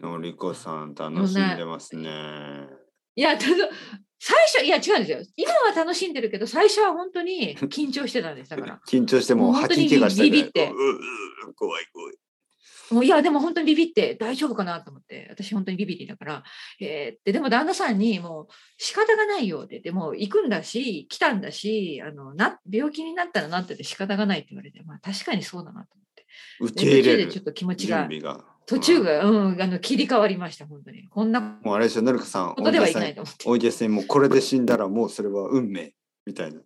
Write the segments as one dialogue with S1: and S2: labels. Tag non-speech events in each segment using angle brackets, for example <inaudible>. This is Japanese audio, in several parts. S1: のりこさん楽しんでますね。
S2: いや、ただ、最初、いや、違うんですよ。今は楽しんでるけど、最初は本当に緊張してたんです。だから。
S1: 緊張してもう
S2: もう本当
S1: 吐
S2: に
S1: き気がしたり、
S2: ビビって
S1: ううう怖い怖い。
S2: もういや、でも本当にビビって大丈夫かなと思って、私本当にビビりだから、えーって、でも旦那さんにもう仕方がないようで、でも行くんだし、来たんだし、あのな病気になったらなってて仕方がないって言われて、まあ確かにそうだなと思って。
S1: 受け入
S2: で途中
S1: れ
S2: で
S1: る
S2: ちょっと気持ち
S1: 準
S2: が、
S1: 備が。
S2: 途中
S1: うん
S2: が、うん、あの切り替わりました、本当に。こんな
S1: もうあれでしょ、のりこさん、
S2: ことではいけ
S1: 大
S2: な
S1: げ
S2: い
S1: さ
S2: と思って。
S1: 大げさにもうこれで死んだらもうそれは運命みたいな。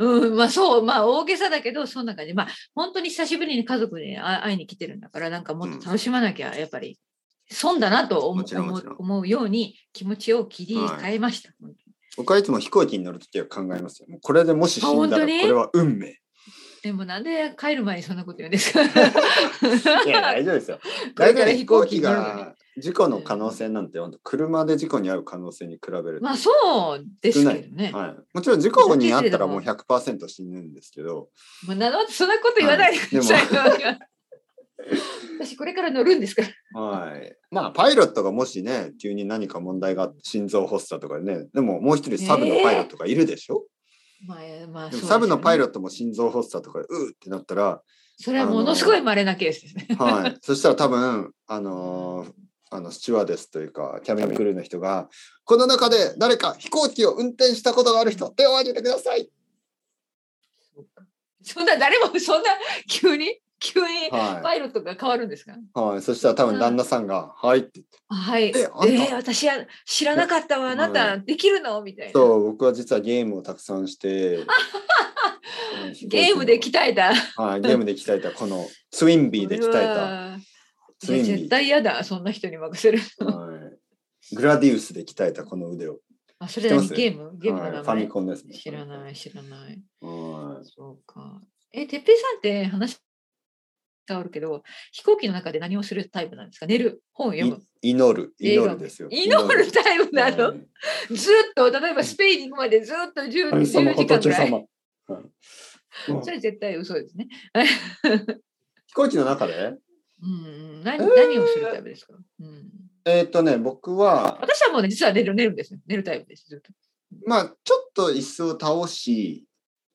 S2: うん、まあそう、まあ大げさだけど、そんな感じ。まあ本当に久しぶりに家族にあ会いに来てるんだから、なんかもっと楽しまなきゃ、やっぱり損だなと思
S1: もちろん
S2: 思
S1: も
S2: う
S1: ちろん
S2: 思うように気持ちを切り替えました。本当に
S1: 僕はいつも飛行機に乗るときは考えますよ。もうこれでもし死んだ
S2: あ本
S1: ら
S2: 当
S1: こ
S2: に
S1: れは運命。
S2: でもなんで帰る前にそんなこと言うんですか
S1: い
S2: <laughs>
S1: や大丈夫ですよ。
S2: これ
S1: 大
S2: から
S1: 体
S2: 飛
S1: 飛
S2: 行
S1: 行
S2: 機
S1: 機
S2: 乗るのに
S1: が事故の可能性なんて、本当車で事故に遭う可能性に比べると
S2: まあそうですけどね。
S1: はい、もちろん事故にあったらもう100%死ぬんですけど、
S2: まあ、なのそんなこと言わないでください。私これから乗るんですから。
S1: はい、まあパイロットがもしね急に何か問題があって心臓発作とかねでももう一人サブのパイロットがいるでしょ、
S2: まあまあ、
S1: でもサブのパイロ
S2: ット。
S1: ットも心臓発作とかでうーってなったら、
S2: それはものすごい稀なケースですね。 <laughs>
S1: はい、そしたら多分あのーあのスチュワーデスというかキャビンクルーの人が「この中で誰か飛行機を運転したことがある人手を挙げてください!
S2: <laughs> そんな誰もそんな急に急に」
S1: は
S2: パイロットが変わるんですか
S1: い、はい、そしたら多分旦那さんが「はい」って言って
S2: はい。え
S1: えあんた
S2: ー私は知らなかったわ。あなた、
S1: う
S2: できるのみたいな。
S1: そう、僕は実はゲームをたくさん
S2: <laughs>
S1: して。うん
S2: ゲームで鍛えた。
S1: はい、ゲームで鍛えた、このスウィンビーで鍛え
S2: こ
S1: ス
S2: れ
S1: イ
S2: は
S1: ンビー
S2: 絶対嫌だ。そんな人に任せる。
S1: た、はい、グラディウスで鍛えたこの腕を。
S2: あ、それ
S1: 知
S2: 何
S1: って
S2: ゲームゲーム
S1: は
S2: の
S1: い、フ
S2: 名
S1: ァ
S2: 前、
S1: ミコンですね。。
S2: 知らないい、知らない。
S1: はい。
S2: そうか。え、てっぺいさんって話変わるけど、飛行機の中で何をするタイプなんですか寝る本を読む
S1: い祈る、
S2: 映画
S1: 祈るですよ。
S2: 祈るタイプなの、
S1: はい
S2: ずっと、例えばスペインに行くまでずっと 10,
S1: 神様、
S2: 10時間ぐ
S1: 仏
S2: らい。
S1: 様。はいうん
S2: それ絶対嘘ですね。
S1: 飛行機の中で
S2: うんうん、何何をするタイプですか、うん、
S1: えーっとね、僕は、
S2: 私はもうね、実は寝る寝るんですよ。寝るタイプです。ずっ
S1: まあ、ちょっと椅子を倒し、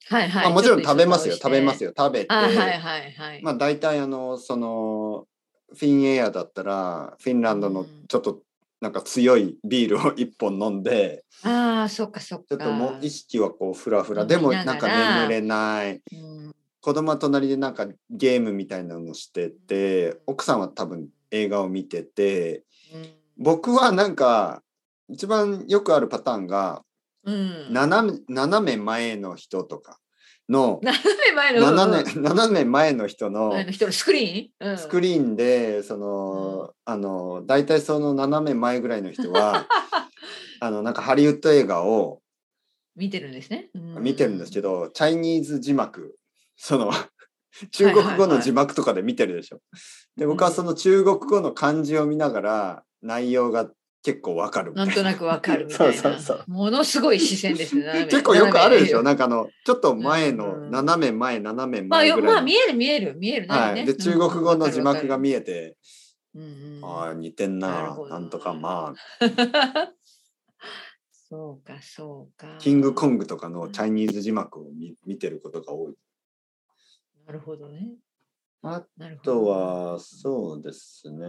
S2: とはいはい。
S1: まあ、もちろん食べますよ、食べます
S2: よ。
S1: よ、食べて。
S2: あはいはいはい。
S1: まあ大体あのそのフィンエアだったらフィンランド
S2: う
S1: の
S2: ん
S1: ちょっとなんか強いビールを一本飲んで
S2: ああ、そっかそっ
S1: ちょ
S2: か。
S1: っともう意識はこうフラフラ
S2: 飲み
S1: で
S2: なが
S1: も
S2: ら
S1: なんか眠れない
S2: うん
S1: 子供は隣でなんかゲームみたいなのしてて奥さんは多分映画を見てて僕はなんか一番よくあるパターンが
S2: うん。
S1: 斜め斜め前の人とかの
S2: 斜め前の
S1: 斜め斜め前の人の
S2: 前の人のスクリーン、うん、
S1: スクリーンでその、あの大体その斜め前ぐらいの人
S2: <laughs>
S1: はあのなんかハリウッド映画を
S2: 見てるんですね。
S1: 見てるんですけ
S2: ど。
S1: ど、チャイニーズ字幕その中国語の字幕とかで見てるでしょ。で僕はその中国語の漢字を見ながら内容が結構わかるみた
S2: ないん
S1: な
S2: となくわかるみたいな。
S1: <laughs> そうそうそう
S2: ものすごい視線ですね。斜
S1: <laughs>
S2: め
S1: 結構よくあるでしょ
S2: 斜
S1: なんかあのちょっと前の、
S2: うん
S1: 斜め前斜め
S2: めまあ
S1: 前
S2: よ、
S1: ぐらいの
S2: まあ、見える見える見える。
S1: は
S2: 何
S1: い、
S2: ね
S1: で中国語の字幕が見
S2: え
S1: えて、
S2: る。うんうん
S1: ああ似てん
S2: なる
S1: な
S2: ほど
S1: なんとかまあ
S2: そうか、そうか。
S1: キングコングとかのチャイニーズ字幕を見見てることが多い。
S2: なるほどね。
S1: あ
S2: なるほど
S1: とは、そうですね。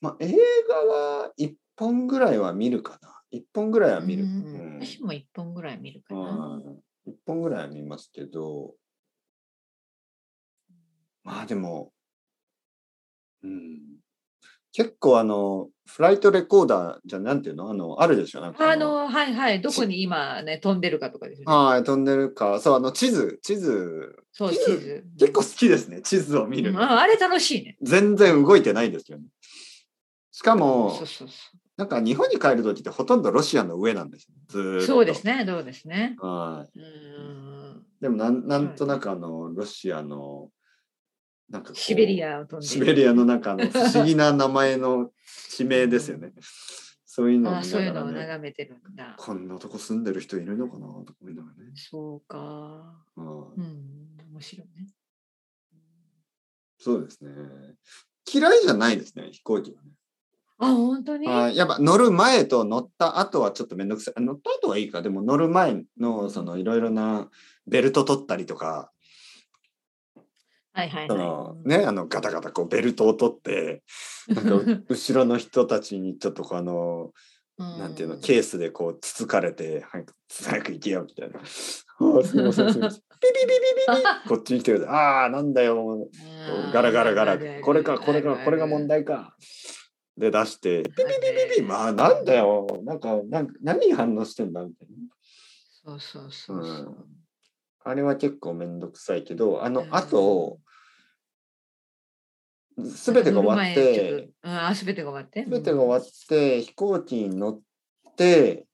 S1: まあ、映画は1本ぐらいは見るかな。1本ぐらいは見る。
S2: う
S1: うんん
S2: 私も一本ぐらい見るかな。
S1: はい、1本ぐらいは見ますけど、まあでも、うん、結構あの、フライトレコーダーじゃなんていうのあの、あるでしょなんか
S2: あの、はいはい、どこに今ね、飛んでるかとかですよね。
S1: はい、飛んでるか。そう、あの、地図、地図、
S2: そう、地
S1: 地図
S2: 図。
S1: 結構好きですね、地図を見
S2: う
S1: る
S2: ん。ああれ楽しいね。
S1: 全然動いてないんですよね。しかも
S2: そう、そうそ
S1: なんか日本に帰るときってほとんどロシアの上なんですよ。ずーっ
S2: う。
S1: と
S2: そうですね、そうですね。
S1: はい。
S2: うん。
S1: でもなん、なんとなくあの、ロシアの、なんかこう
S2: シベリアを飛んで
S1: シベリアの
S2: 中
S1: 中の不思議な名前の地名ですよね。そういうのを
S2: あ
S1: 見
S2: そういう
S1: なが
S2: の
S1: ら
S2: を
S1: ね、
S2: 眺めてるんだ。
S1: こんなとこ住んでる人いるのかなとか思いながらね。
S2: そうか。
S1: は
S2: う
S1: い
S2: ん、面白いね。
S1: そうですね。嫌いじゃないですね、飛行機はね。
S2: あ、本当に
S1: あやっぱ乗る前と乗った後はちょっとめんどくさい。あ乗った後はいいか、でも乗る前のそのいろいろなベルト取ったりとか、
S2: はいはい
S1: そ
S2: は
S1: の
S2: い。
S1: ね、あのガタガタこうベルトを取って、なん <laughs> か後ろの人たちにちょっとこうあの、なんていうの、
S2: ん
S1: ケースでこうつつかれて、早く早く行けよみたいな。あ <laughs> ーすみません、すみ <laughs> ません。ピピピピピピこっちに来てください。ああ、なんだよ、もうガラガラガラ、これか、これか、これが問。題か。で出して、ピピピピピ、まあなんだよ、なんか、なん何反応してんだみたい
S2: あるあるそうそうそうそう。
S1: な。あれは結構めんどくさいけど、あの
S2: うん
S1: 後、すべてが終わっ
S2: 乗る前ちょ
S1: て
S2: と、、うん、あ、すべてが終わって。
S1: すべてが終わって、飛行機に乗って、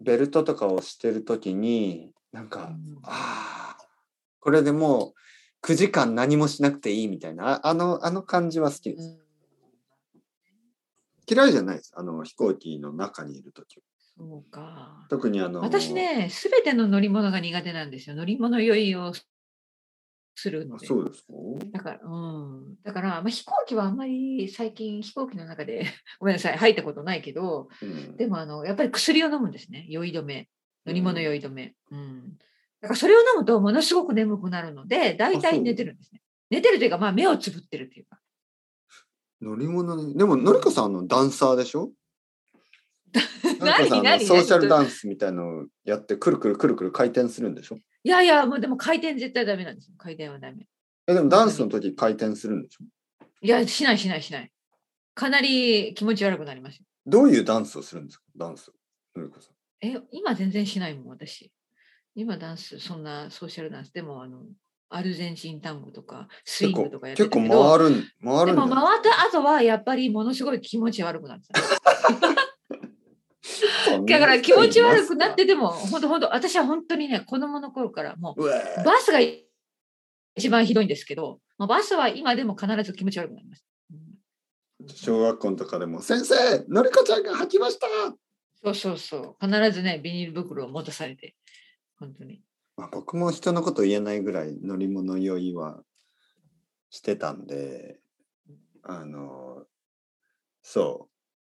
S1: ベルトとかをしてるときに、なんか、
S2: うん
S1: ああ、これでもう9時間何もしなくていいみたいな、ああの、あの感じは好きです。
S2: うん
S1: 嫌いじゃないです。あの、飛行機の中にいるとき。
S2: そうか。
S1: 特にあの、
S2: 私ね、すべての乗り物が苦手なんですよ。乗り物酔いをするの
S1: あ、
S2: で。
S1: そうですか
S2: だから、うん。だから、まあ、飛行機はあんまり最近飛行機の中で、 <laughs> ごめんなさい、入ったことないけど、
S1: うん
S2: でも、あの、やっぱり薬を飲むんですね。酔い止め。乗り物酔い止め。うん。だから、それを飲むとものすごく眠くなるので、
S1: あ
S2: 大
S1: そ
S2: 体
S1: う
S2: 寝てるんですね。寝てるというか、まあ、目をつぶってるというか。
S1: 乗り物に、でも、のりこさんあのダンサーでし
S2: <laughs>
S1: ょのりこさんあの
S2: 何何
S1: ソーシャルダンスみたいのをやって、くるくるくるくる回転するんでしょ
S2: いやいや、もうでも回転絶対ダメなんですよ。回転はダメ。
S1: え、でもダンスの時回転するんでしょ
S2: いや、しないしないしない。かなり気持ち悪くなりますよ。
S1: どういうダンスをするんですかダンス。のりこさん。
S2: え、今全然しないもん、私。今ダンス、そんなソーシャルダンス。でも、あの、アルゼンチンタンゴとか、スイングとかやって
S1: 結
S2: たけど
S1: 構回るん、回る
S2: で
S1: んだ
S2: も回った後は、やっぱりものすごい気持ち悪くなってた。だから気持ち悪くなっ。てでも、本当本当私は本当にね、子供の頃からも
S1: そんな人いますかう
S2: う、
S1: わ
S2: バスが一番ひどいんですけど、まあ、バスは今でも必ず気持ち悪くなります。うん
S1: 小学校とかでも、先生、のりこちゃんが吐きました
S2: そうそうそう。必ずね、ビニール袋を持たされて、本当に。
S1: まあ、僕も人のこと言えないぐらい乗り物酔いはしてたんであのそ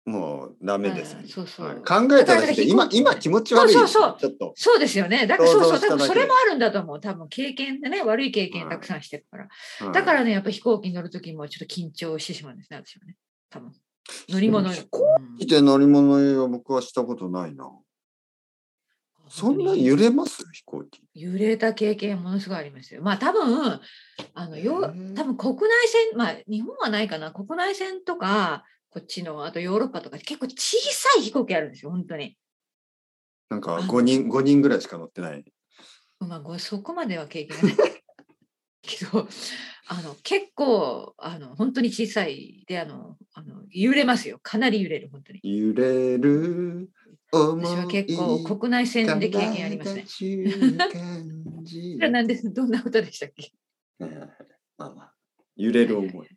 S1: うもうダメです、
S2: うんそうそう
S1: はい考えただけで今
S2: だから飛行機
S1: 今気持ち悪い
S2: そうそうそう
S1: ちょっと
S2: そうですよね。だから、そうそう、
S1: 想像した
S2: 多
S1: だけ
S2: 分
S1: で、
S2: それもあるんだと思う。多分経験でね、悪い経験たくさんしてるから。だかららね、やっぱ飛行機に乗るときもちょっと緊張してしまうんですね、私はね。多分乗り物。
S1: でも飛行来て乗り物酔いは僕はしたことないな
S2: うん
S1: そんな揺れます飛行機
S2: 揺れた経験ものすごいありますよ。まあ多分、あの、よ
S1: へえ
S2: 多分国内線、まあ日本はないかな、国内線とか、こっちの、あとヨーロッパとか結構小さい飛行機あるんですよ、本当に。
S1: なんか
S2: あ
S1: 5人五人ぐらいしか乗ってない
S2: まあ、ごそこまでは経験がないけど <laughs> あの結構あの本当に小さいであのあの揺れますよかなり揺れる本当に
S1: 揺れる思い
S2: 私は結構国内線で経験ありますね。
S1: 体が感
S2: <laughs>
S1: じる
S2: なんですどんな歌でしたっけ
S1: はいはいはいまあまあ。揺れる
S2: は
S1: 思い。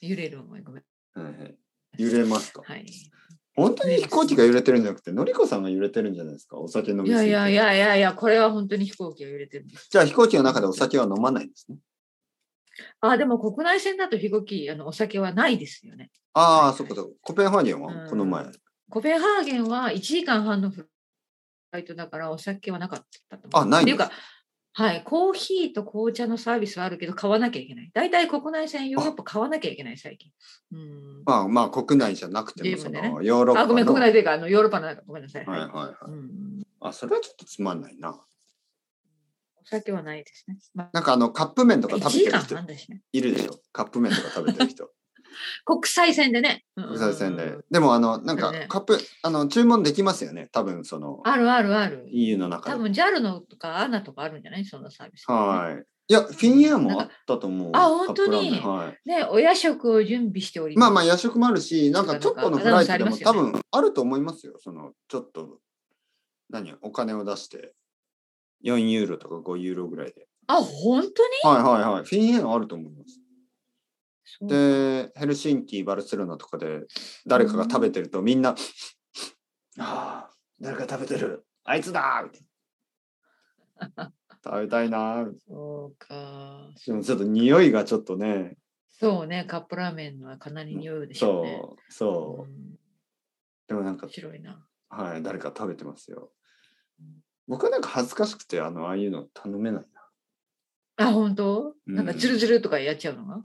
S2: 揺れる思いごめん
S1: はいはい揺れますか
S2: はい
S1: 本当に飛行機が揺れてるんじゃなくて、のりこさんが揺れてるんじゃないですかお酒飲みす
S2: い
S1: ぎ
S2: や
S1: て
S2: いやいやいやいやこれは本当に飛行機が揺れてるんです
S1: じゃあ飛行機の中でお酒は飲まないんですね。
S2: あでも国内線だと飛行機あのお酒はないですよね
S1: あ
S2: は
S1: あ、
S2: い
S1: そっかそっか。コペンハーゲン
S2: う
S1: は
S2: ん
S1: この前。
S2: コペンハーゲンは1時間半のフライトだからお酒はなかったと思う
S1: あないん
S2: って
S1: で
S2: い
S1: す
S2: うか、はい、コーヒーと紅茶のサービスはあるけど買わなきゃいけない。大体国内線、ヨーロッパ買わなきゃいけない、最近。うん
S1: まあまあ、国内じゃなくても、
S2: 自
S1: そ
S2: 分でね
S1: のヨーロッパ
S2: あ、
S1: の。
S2: ごめん、国内というか、あのヨーロッパの中、ごめんなさい。
S1: はいはい
S2: い
S1: は
S2: う
S1: い。
S2: ん、
S1: あ、それはちょっとつまんないな。
S2: お酒はないですね。まあ、
S1: なんかあの、カップ麺とか
S2: 1
S1: 食べて
S2: 時
S1: る
S2: 間
S1: 人
S2: 半だしね。
S1: いるでしょカップ麺とか食べてる人。
S2: 国際線でね。 <laughs> うん
S1: 国際線で。
S2: うん
S1: でもあの、なんか
S2: そうね
S1: カップ、あの、注文できますよね。多分その、
S2: あるあるある。
S1: EU の中で
S2: 多。分 JAL のとか ANA とかあるんじゃないそんなサービス、
S1: はい。いや、フィンエアもあったと思う。
S2: あ本当に
S1: カップラーメンはい。
S2: い。ね、お夜食を準備しており
S1: ま
S2: ま
S1: あ
S2: す。
S1: まあ夜食もあるし、なんかちょっとのフライトでも
S2: な
S1: 多
S2: んかアナウンスありますよね
S1: 分あると思いますよ。その、ちょっと、何、お金を出して、4ユーロとか5ユーロぐらいで。
S2: あ、本当に
S1: はいはいはい。フィンエアあると思います。
S2: そう
S1: で、ヘルシンキ、バルセロナとかで誰かが食べてるとみんな、
S2: <laughs>
S1: ああ、誰か食べてる、あいつだーみたいな。食べたいなー
S2: そうか。
S1: でもちょっと匂いがちょっとね
S2: そうね、カップラーメンはかなり匂うでしょうね。
S1: そうそううんでもなんか
S2: 面白いな。
S1: はい誰か食べてますよ
S2: うん
S1: 僕はなんか恥ずかしくてあのああいうの頼めないな
S2: あ、本当
S1: うん
S2: なんかズルズルとかやっちゃうのが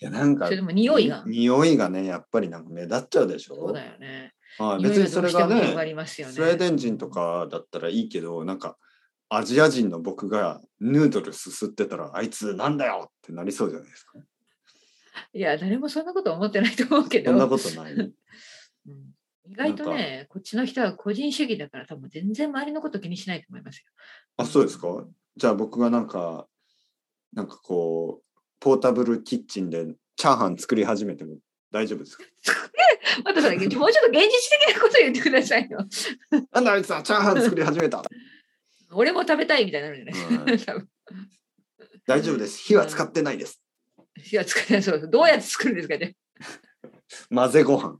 S1: いやなんか
S2: それでも匂いが。
S1: 匂いがねやっぱりなんか目立っちゃうでしょ
S2: そうだよね。
S1: はい、
S2: 匂い
S1: 別
S2: が
S1: にそれ
S2: ど
S1: が
S2: うしても広が
S1: ね
S2: りますよね。
S1: スウェーデン人とかだったらいいけどなんかアジア人の僕がヌードルすすってたらあいつなんだよってなりそうじゃないですか
S2: いや、誰もそんなこと思ってないと思うけど。
S1: そんなこと
S2: <laughs>
S1: ない
S2: うん意外とね、こっちの人は個人主義だから多分全然周りのこと気にしないと思いますよ。
S1: あそう
S2: <laughs>
S1: ですかじゃあ僕がなんかなんかこうポータブルキッチンでチャーハン作り始めても大丈夫ですか <laughs>
S2: またさ、もうちょっと現実的なこと言ってくださいよ。
S1: なんだあいつはチャーハン作り始めた、
S2: 俺も食べたいみたいになるじゃないです
S1: はい
S2: <laughs> か。多分
S1: 大丈夫
S2: <laughs>
S1: です火は使ってないです
S2: いや、作れないそう。どうやって作るんですかね。 <laughs>
S1: 混ぜご飯、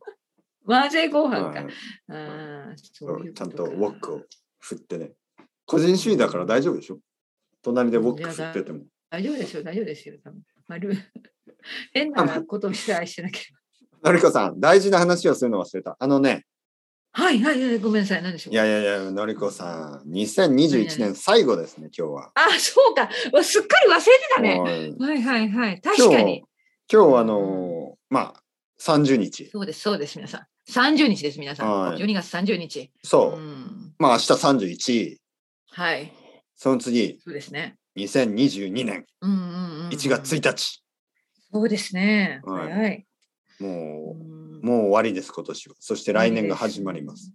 S2: 混ぜご飯
S1: は
S2: か。
S1: い、
S2: ああ、そ
S1: そう
S2: いうう
S1: ちゃ
S2: こ
S1: ん
S2: と
S1: と
S2: か
S1: ウォックを振ってね個人主義だから大丈夫でしょ隣でウォック振ってても
S2: 大丈夫ですよ、大丈夫ですよ。多分まあ、 <laughs> ルー変なことをして愛してなけれ
S1: のりこさん大事な話をするの忘れたあのね
S2: ば。 <laughs> はいはいはい、ごめんなさい、何でしょ。
S1: いうやいやいやのりこさん2021年最後ですね今日は
S2: あ、そうか。うわすっかり忘れてたね。
S1: はい
S2: はいはいはい。
S1: 今
S2: 確かに
S1: 日。今日あのーまあ30日
S2: そうです、そうです、皆さん。30日です、皆さん。
S1: はい
S2: 12月30日。
S1: そう、
S2: ん、
S1: まあ明日31
S2: はい、
S1: その次
S2: そうですね。
S1: 2022年
S2: うんうんうんうん、
S1: 1月1日、
S2: そうですね。
S1: はい
S2: 早い。
S1: も
S2: ん
S1: うもう終わりです今年はそして来年が始まります。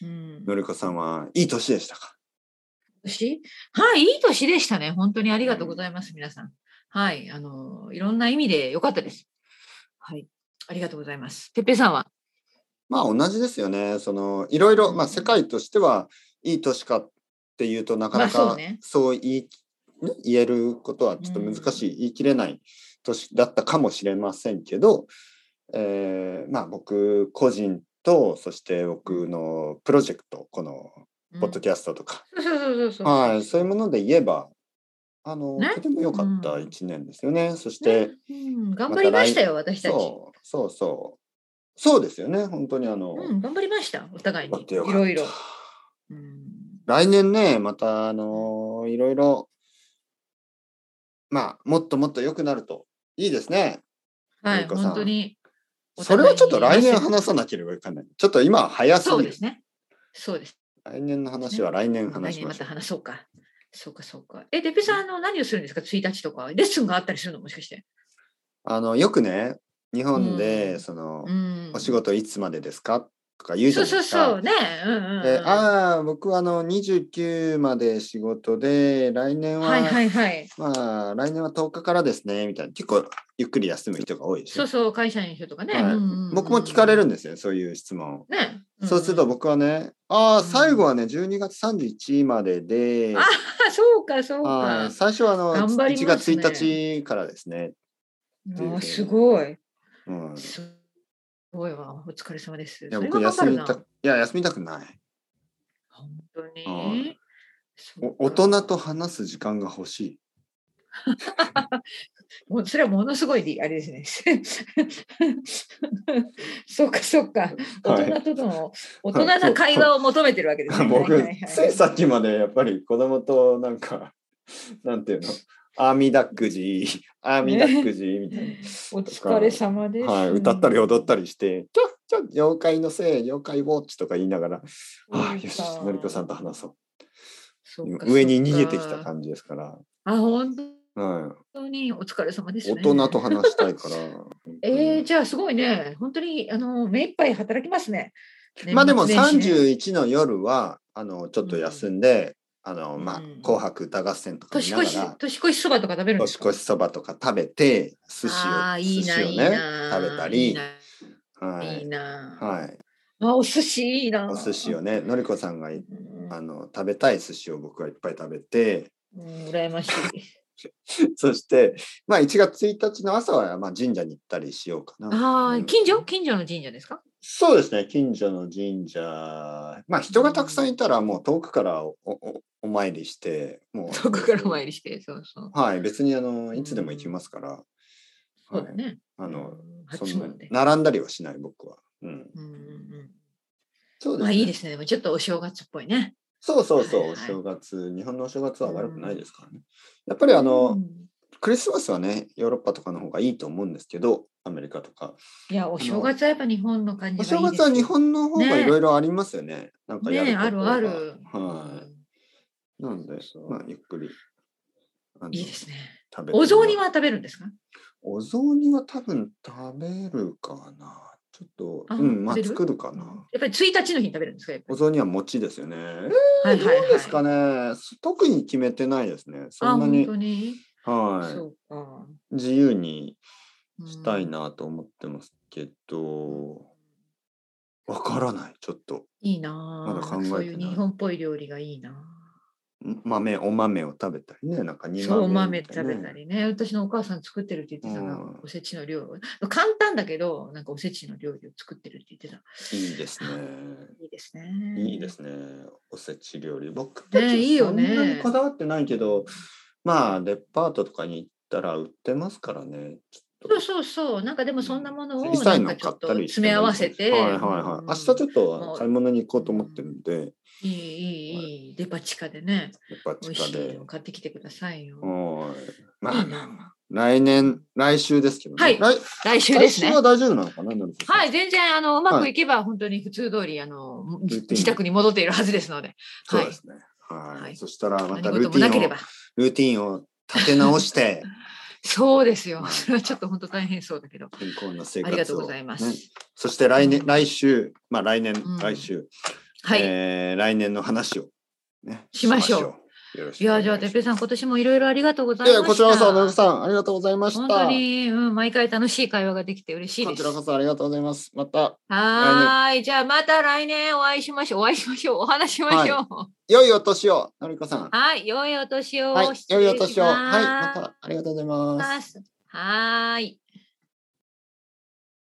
S2: うん、
S1: のりこさんはいい年でしたか
S2: 年はい、いい年でしたね。本当にありがとうございます、皆さん。はい、あの、いろんな意味で良かったです。はい、ありがとうございます。てっぺいさんは。
S1: まあ同じですよねそのいろいろ、まあ、世界としてはいい年かっていうとなかな
S2: まあそ
S1: か
S2: うね
S1: そう言い、ね言えることはちょっと難しい、言い切れない年だったかもしれませんけど、えーまあ僕個人とそして僕のプロジェクトこの
S2: うん
S1: ポッドキャストとか、
S2: そうそうそうそう。
S1: はい、そういうもので言えばあの、
S2: ね
S1: とても良かった
S2: うん
S1: 1年ですよね、そして、
S2: うん、頑張りましたよ、私たち。
S1: そうそうそうそうですよね本当にあの、
S2: うん、頑張りました、お互い
S1: 頑張
S2: に。
S1: っ
S2: い
S1: てよかった
S2: ろいろ。うん、
S1: 来年ねまたあのーいろいろまあもっともっと良くなるといいですね
S2: は
S1: ゆ
S2: い、
S1: うこさん
S2: 本当に。お
S1: それ
S2: 互いに
S1: はちょっと来年話さなければいけないちょっと今は早す
S2: そう
S1: ぎ
S2: で
S1: る
S2: すね。そうです。
S1: 来年の話は来年話
S2: 来
S1: し
S2: 年
S1: ま
S2: ま
S1: しょ
S2: た
S1: う
S2: 話そうか。そうか、そうか。え、デペさん、あの、何をするんですか ?1 日とか。レッスンがあったりするのもしかして。
S1: あのよくね日本で、
S2: うん
S1: その、
S2: うん。
S1: お仕事いつまでですかとか言うじゃ
S2: そう
S1: ないで
S2: そう
S1: す
S2: そ
S1: か
S2: う。ね。うんうんうん、
S1: でああ僕はあの29まで仕事で来年は、
S2: はいはいはい。
S1: まあ来年は10日からですねみたいな結構ゆっくり休む人が多いでしょ
S2: そうそう、会社員の人とかね。
S1: はい
S2: うんうんうん
S1: 僕も聞かれるんですよ、そういう質問を。
S2: ね。んん
S1: そうすると。僕はね、ああ、
S2: うん
S1: 最後はね、12月31日までで、
S2: ああ、そうか、そう
S1: は
S2: か
S1: い、。最初はあの、
S2: 頑張り
S1: 1
S2: ます
S1: 月
S2: ね
S1: 1日からですね。っていうふう
S2: あ
S1: に
S2: あすごい。
S1: うん、い
S2: すごいわ。お疲れ様です。
S1: や、
S2: それ
S1: 僕
S2: は頑張
S1: 休
S2: る
S1: み
S2: な
S1: た、いや、休みたくない。
S2: 本当に。
S1: はい
S2: そうか
S1: お大人と話す時間が欲しい。
S2: もうそれはものすごいあれですね。 <laughs> そうかそうか。
S1: はい
S2: 大人との大人な会話を求めてるわけですね。
S1: 僕、
S2: はいはいはい
S1: ついさっきまでやっぱり子供となんか、なんていうの、アーミーダックジー、アーミーダックジーみたいな。
S2: お疲れ様です。
S1: はい、歌ったり踊ったりして、ちょちょ妖怪のせい、妖怪ウォッチとか言いながら、ああ、よし、のりこさんと話そう。
S2: そうか
S1: 上に逃げてきた
S2: そうか
S1: 感じですから、
S2: あ、本
S1: は
S2: 当にお疲れ様で
S1: い、
S2: す、
S1: 大
S2: ね。
S1: 人と。話したい
S2: <laughs>
S1: から。
S2: えー、じゃあすごいね。本当にあの目いっぱい働きますね。
S1: まあでも
S2: 年末年始ね
S1: 31の夜はあのちょっと休んで、あのまあ
S2: う
S1: 「
S2: ん
S1: 紅白歌合戦」とか見
S2: 年
S1: なが
S2: 越し
S1: ら
S2: 年越しそばとか食べるんで
S1: 年
S2: すか。
S1: 越しそばとか食べて寿司
S2: あ
S1: を
S2: あいい
S1: 寿
S2: な
S1: 司を
S2: いい
S1: ね
S2: な
S1: 食べたり
S2: いいな。
S1: はい
S2: い
S1: い、
S2: な
S1: はい、
S2: あお寿司いいな。
S1: お寿司をねのりこさんがい
S2: うん
S1: あの食べたい寿司を僕はいっぱい食べて
S2: うん、羨まし
S1: <laughs>
S2: い。
S1: そしてまあ1月1日の朝はまあ神社に行ったりしようかな。
S2: あ
S1: う
S2: あ、
S1: ん
S2: 近所近所の神社ですか
S1: そうですね、近所の神社、まあ人がたくさんいたら、もう遠くからおおお参りして、もう、
S2: 遠くからお参りして、そうそう。
S1: はい、別にあのいつでも行きますから、
S2: そ
S1: は
S2: うだ
S1: い、
S2: ね。
S1: あの、そ
S2: 初
S1: んな
S2: 詣。
S1: 並んだりはしない僕は。うん、
S2: うんうん。
S1: そううんです
S2: まあ
S1: ね。
S2: いいですね。でもちょっとお正月っぽいね。
S1: そうそうそう、
S2: はいはい
S1: お正月、日本のお正月は悪くないですからね。やっぱりあの、
S2: うん
S1: クリスマスはね、ヨーロッパとかの方がいいと思うんですけど、アメリカとか。
S2: いや、お正月はやっぱ日本の
S1: お
S2: 感じがいいですよ
S1: 正月は日本の方が
S2: ね
S1: いろいろありますよね。なんかや
S2: ね
S1: る
S2: え、
S1: こ
S2: あ
S1: と
S2: る
S1: が
S2: ある。
S1: は
S2: う
S1: い。
S2: ん
S1: なんで、
S2: そう
S1: まあ、ゆっくり。あの
S2: いいですね。
S1: 食べて
S2: お雑煮は食べるんですか
S1: お雑煮は多分食べるかな。ちょっと、
S2: あ
S1: うん、まあ
S2: 食べる
S1: 作るかな。
S2: やっぱり1日の日に食べるんですかやっぱ
S1: お
S2: り
S1: 雑煮は餅ですよね。
S2: はい
S1: どうですかね。特に決めてないですね。そ
S2: あ、
S1: んな
S2: 本
S1: に
S2: 当、に、そ
S1: は
S2: うか。
S1: い、自由に
S2: うん
S1: したいなと思ってますけど、わからない。ちょっと
S2: いいなあ
S1: まだ考えてない
S2: そういう日本っぽい料理がいいなあ
S1: 豆、お豆を食べたりね、なんか煮
S2: そう、
S1: 豆
S2: 豆
S1: みい
S2: 食
S1: なね
S2: べた。りね。私のお母さん作ってるって言ってたな
S1: うん。
S2: おせちの料理。簡単だけど、なんかおせちの料理を作ってるって言ってた。
S1: いいですね。
S2: いいですね。
S1: いいですね。おせち料理。僕た
S2: ね
S1: ち
S2: いい
S1: そ
S2: よ
S1: ん
S2: ね
S1: なにこだわってないけど、まあ、デパートとかに行ったら売ってますからね。ちょっ
S2: そうそうそう。なんかでもそんなものを
S1: 小さ
S2: ないん
S1: の
S2: かちょ
S1: 買っ
S2: っと
S1: たりして
S2: 詰め合わせて。
S1: はいはいはい。明日ちょっ
S2: うん
S1: と買い物に行こうと思ってるんで、やっ
S2: いいいいいい。デパ地下でね。
S1: ぱ地
S2: 美味
S1: 下
S2: しい
S1: で
S2: の。買ってきてくださいよ。
S1: はい。ま
S2: い
S1: あ
S2: い、な
S1: 来年、来週ですけどね。
S2: はい
S1: 来
S2: 来週で
S1: 来
S2: す
S1: 週
S2: ね
S1: は。大丈夫なのかな、のりこさん
S2: はい、全然あのうま
S1: は
S2: く
S1: い
S2: いけば本当に普通通りあのも
S1: ルーティン
S2: 自宅に戻っているはずですので、
S1: そうですね。はい。
S2: はい
S1: そしたらま
S2: 何
S1: たルー
S2: 事
S1: テ
S2: もなけ
S1: ィ
S2: れ
S1: ンを
S2: ば、。
S1: ルーティンを立て直
S2: <laughs>
S1: して、
S2: そうですよ <laughs>
S1: は。い
S2: それはちょっと本当大変そうだけど、
S1: 健康な生活を、
S2: ありがとうございま
S1: ね
S2: す。
S1: そして来年、
S2: うん
S1: 来週、まあ来年、
S2: うん
S1: 来週、
S2: はい、
S1: えー来年の話を、ね、
S2: しましょう
S1: う。よろしく
S2: いやじゃあてっぺいさん今年もいろいろありがとうござい
S1: い
S2: まし
S1: や
S2: た。
S1: こちらこそ、のりこさん、ありがとうございました。
S2: 本当に、うん、毎回楽しい会話ができて嬉しい
S1: こ
S2: で
S1: ち
S2: す。
S1: らこそありがとうございます。また、
S2: はーい、じゃあまた来年お会いしましょう。お会いしましょう。お話しましょう。
S1: 良いお年を、のりこさん。
S2: はい、良いお年を。
S1: はい、
S2: 失
S1: 良
S2: 礼
S1: い
S2: し
S1: お年を。はい、ま
S2: ます
S1: たありがとうございます。
S2: ます。はーい。